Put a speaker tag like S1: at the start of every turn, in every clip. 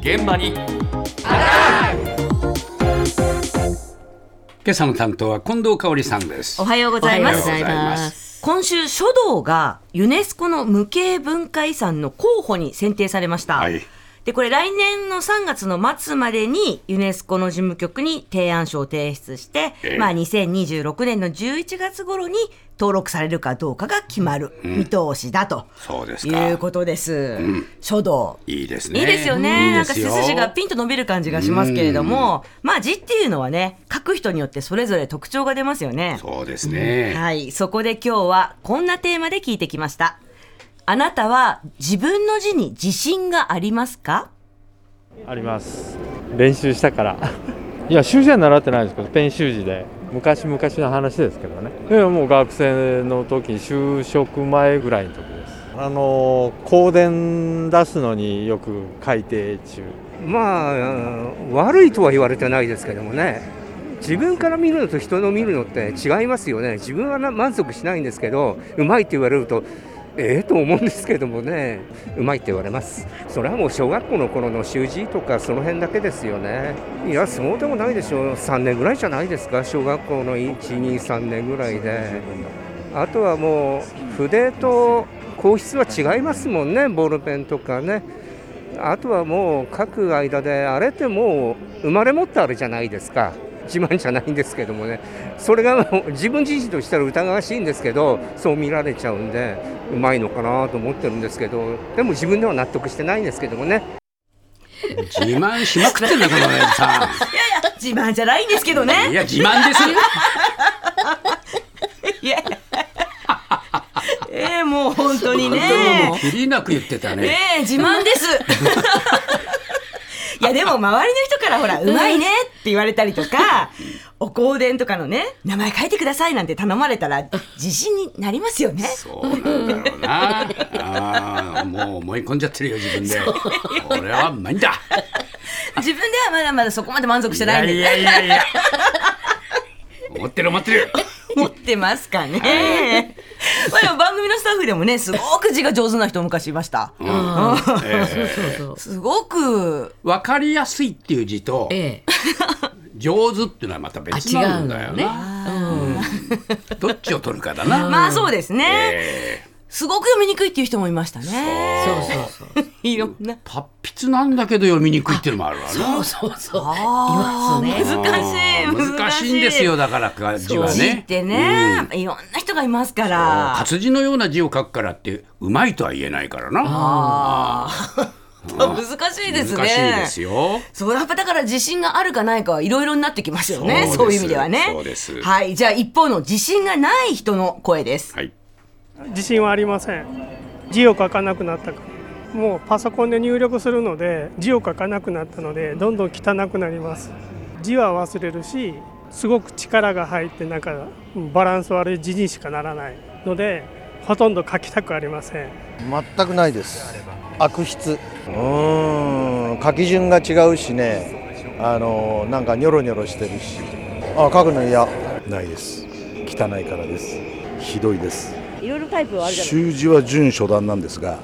S1: 現場に
S2: 今朝の担当は近藤香織さんです
S3: おはようございます
S2: おはようございます
S3: 今週書道がユネスコの無形文化遺産の候補に選定されました、
S2: はい
S3: でこれ来年の3月の末までにユネスコの事務局に提案書を提出して、
S2: ええ
S3: まあ、2026年の11月頃に登録されるかどうかが決まる見通しだと、
S2: そうですか
S3: いうことです、書道
S2: いいですね
S3: いいですよね
S2: いい
S3: なん
S2: で
S3: か
S2: す
S3: 背
S2: よ
S3: 筋がピンと伸びる感じがしますけれども、まあ字っていうのはね書く人によってそれぞれ特徴が出ますよね
S2: そうですね、
S3: はい、そこで今日はこんなテーマで聞いてきました。あなたは自分の字に自信がありますか
S4: あります練習したからいや習字は習ってないですけどペン習字で昔々の話ですけどねいやもう学生の時就職前ぐらいの時ですあの香典出すのによく改定中
S5: まあうん悪いとは言われてないですけどもね自分から見るのと人の見るのって違いますよね自分はな満足しないんですけどうまいって言われるとええと思うんですけどもねうまいって言われますそれはもう小学校の頃の習字とかその辺だけですよねいやそうでもないでしょう3年ぐらいじゃないですか小学校の123年ぐらいであとはもう筆と硬筆は違いますもんねボールペンとかねあとはもう書く間であれってもう生まれ持ったあれじゃないですか自慢じゃないんですけどもねそれがもう自分自身としたら疑わしいんですけどそう見られちゃうんでうまいのかなと思ってるんですけどでも自分では納得してないんですけどもね
S2: 自慢しまくってんだこの親父さ
S3: 自慢じゃないんですけど
S2: んい
S3: ね。
S2: や自慢ですよ
S3: いやええもう本当にね。
S2: もう切りなく言ってたね
S3: ねえ自慢 です。いやでも周りの人からほら、うまいねって言われたりとか、お香典とかのね、名前書いてくださいなんて頼まれたら、自信になりますよね。
S2: そうなんだろうなああもう思い込んじゃってるよ自分で俺はうまいんだ
S3: 自分ではまだまだそこまで満足してないんで、
S2: いやいやいやいや思ってる思ってる
S3: 持ってますかね。まあでも番組のスタッフでもね、すごく字が上手な人昔いました。
S2: ええ
S3: すごく、
S2: 分かりやすいっていう字と、
S6: ええ、
S2: 上手っていうのはまた別なんだよ
S6: あ違う
S2: な、うんどっちを取るかだな、
S3: まあそうですね。
S2: ええ
S3: すごく読みにくいっていう人もいましたね。
S6: そうそうそう。
S3: いろんな。
S2: 達筆なんだけど読みにくいっていうのもあるわな
S6: そうそうそう。
S3: あー
S6: いますね。
S3: 難しい、難しい。
S2: 難しいんですよだから字は
S3: 字
S2: ね
S3: ってね、いろんな人がいますから。
S2: 活字のような字を書くからってうまいとは言えないからな
S3: あー 難しいですね。
S2: 難しいですよ
S3: そうやっぱだから自信があるかないかはいろいろになってきますよね。
S2: そ
S3: そうう
S2: で
S3: い
S2: す
S3: う意味ではね。
S2: そうです
S3: はい。じゃあ一方の自信がない人の声です。
S2: はい
S7: 自信はありません字を書かなくなったからもうパソコンで入力するので字を書かなくなったのでどんどん汚くなります字は忘れるしすごく力が入ってなんかうんバランス悪い字にしかならないのでほとんど書きたくありません
S8: 全くないです悪筆うーん書き順が違うしねあのなんかニョロニョロしてるしあ書くの嫌ないです汚いからですひどいです
S9: いろいろタイプはあるじゃない
S8: 習字は準初段なんですが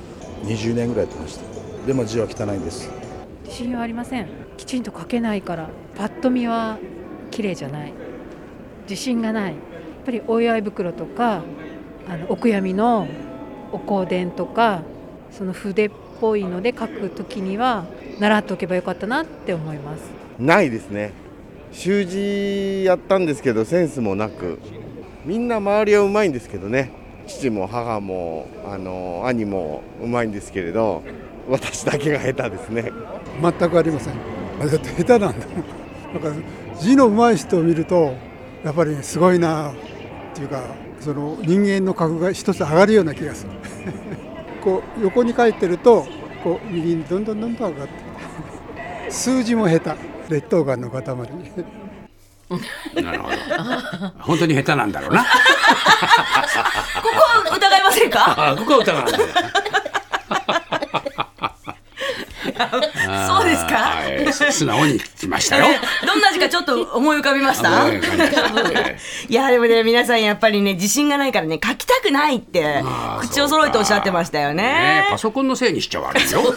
S8: 20年ぐらいやってましたでも字は汚いんです
S9: 自信はありませんきちんと書けないからパッと見は綺麗じゃない自信がないやっぱりお祝い袋とかあのお悔やみのお香典とかその筆っぽいので書くときには習っておけばよかったなって思います
S10: ないですね習字やったんですけどセンスもなくみんな周りはうまいんですけどね父も母もあの兄もうまいんですけれど私だけが下手ですね
S11: 全くありませんあだって下手なんだ もんなんか字の上手い人を見るとやっぱりねすごいなっていうかその人間の格が一つ上がるような気がする こう横に書いてるとこう右にどんどんどんどん上がってくる 数字も下手劣等感の塊
S2: なるほど本当に下手なんだろうな
S3: ここは疑いませんか
S2: あここは疑わない
S3: そうですか、
S2: はい素直に来ましたよ
S3: どんな字かちょっと思い浮かびました
S2: 思 い浮かびました
S3: いやでもね皆さんやっぱりね自信がないからね書きたくないって
S2: あー
S3: 口を揃えておっしゃってましたよね
S2: ねパソコンのせいにしちゃ悪いよ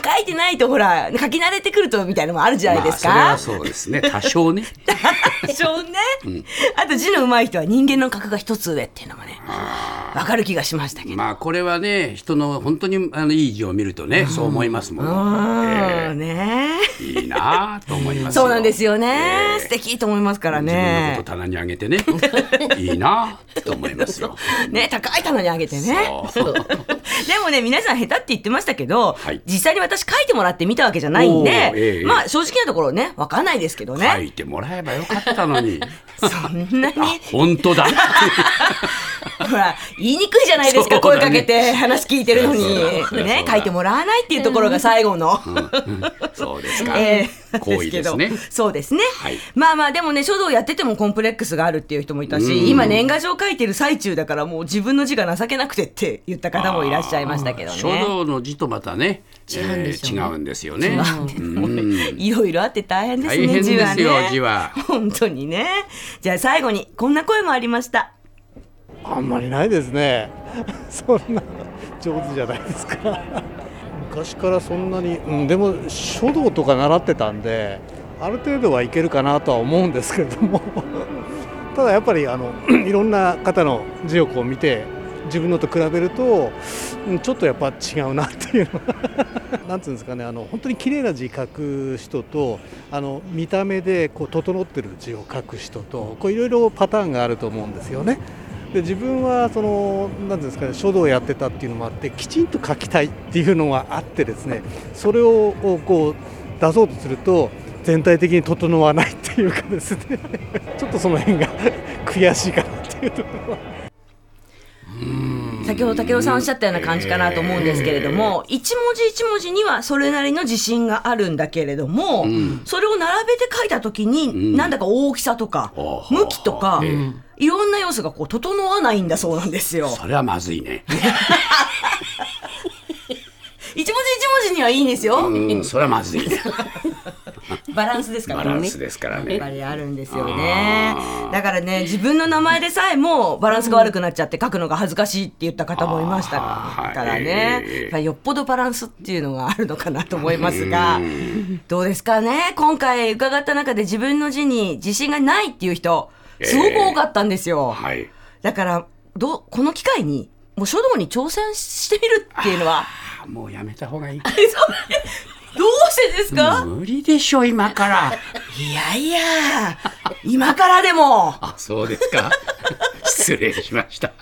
S3: 書いてないとほら書き慣れてくるとみたいなのもあるじゃないですか、
S2: まあ、それはそうですね。多少 ね。
S3: でし ょうね、あと字の上手い人は人間の格が一つ上っていうのがねわかる気がしましたけど、
S2: まあこれはね、人の本当にあのいい字を見るとね、そう思いますもん。
S3: うんね
S2: いいなあと思います
S3: そうなんですよ
S2: え
S3: ね、
S2: え
S3: 素敵と思いますから
S2: 自分の
S3: ね
S2: こと棚に上げて ね、いいなあと思いますよ。
S3: ね高い棚に上げてね
S2: そう
S3: でもね皆さん下手って言ってましたけど、
S2: はい
S3: 実際に私書いてもらって見たわけじゃないん
S2: おー
S3: で、
S2: ええ
S3: まあ正直なところねわかんないですけど
S2: 書
S3: ね、
S2: いてもらえばよかったのに。
S3: そんなに
S2: あ、本当 だ。
S3: ほら言いにくいじゃないですか、
S2: そう
S3: 声
S2: だ
S3: か
S2: ね
S3: けて話聞いてるのに
S2: そうだそ
S3: ね
S2: うだ
S3: 書いてもらわないっていうところが最後の。
S2: そうですか。
S3: ええ
S2: 行為です
S3: な
S2: ね
S3: ん。けどそうですね、
S2: はい
S3: まあまあでもね書道やっててもコンプレックスがあるっていう人もいたし今年賀状書いてる最中だからもう自分の字が情けなくてって言った方もいらっしゃいましたけどね
S2: 書道の字とまたね、
S1: 違うんでしょうね
S2: えー違うんですよね。うん
S3: いろいろあって大変ですね
S2: 大変ですよ字
S3: 字
S2: は
S3: はね本当にねじゃあ最後にこんな声もありました
S6: あんまりないですね。そんな上手じゃないですか。昔からそんなに、うん、でも書道とか習ってたんで、ある程度はいけるかなとは思うんですけれども、 ただやっぱりあの いろんな方の字をこう見て、自分のと比べると、うんちょっとやっぱ違うなっていうのは なんつうんですかね、あの本当に綺麗な字書く人と、あの見た目でこう整ってる字を書く人と、こういろいろパターンがあると思うんですよね。で自分はそのなんていうんですかね書道をやってたっていうのもあってきちんと書きたいっていうのがあってですねそれをこう出そうとすると全体的に整わないっていうかですねちょっとその辺が 悔しいかなっていうところは
S3: 先ほど武雄さんおっしゃったような感じかなと思うんですけれども、一文字一文字にはそれなりの自信があるんだけれども、それを並べて書いた時に、なんだか大きさとか、
S2: ほうほう
S3: 向きとか、いろんな要素がこう整わないんだそうなんですよ。
S2: それはまずいね。
S3: 一文字一文字にはいいんですよ。
S2: うん、それはま ずいね。
S3: バランスですから
S2: バ
S3: ね
S2: ランスですから
S3: やっ
S2: ね
S3: ぱ。りあるんですよね。だからね、自分の名前でさえもバランスが悪くなっちゃって書くのが恥ずかしいって言った方もいました
S2: あー
S3: から
S2: はい
S3: ね。
S2: ええ
S3: やっぱりよっぽどバランスっていうのがあるのかなと思いますが、どうですかね今回伺った中で自分の字に自信がないっていう人、すごく多かったんですよ。
S2: はい。
S3: だから、どう、この機会に、もう書道に挑戦してみるっていう のは、
S2: あもうやめた方がいい。
S3: どうしてですか、
S2: 無理でしょ、今から。
S3: いやいや、今からでも
S2: あ、そうですか。失礼しました。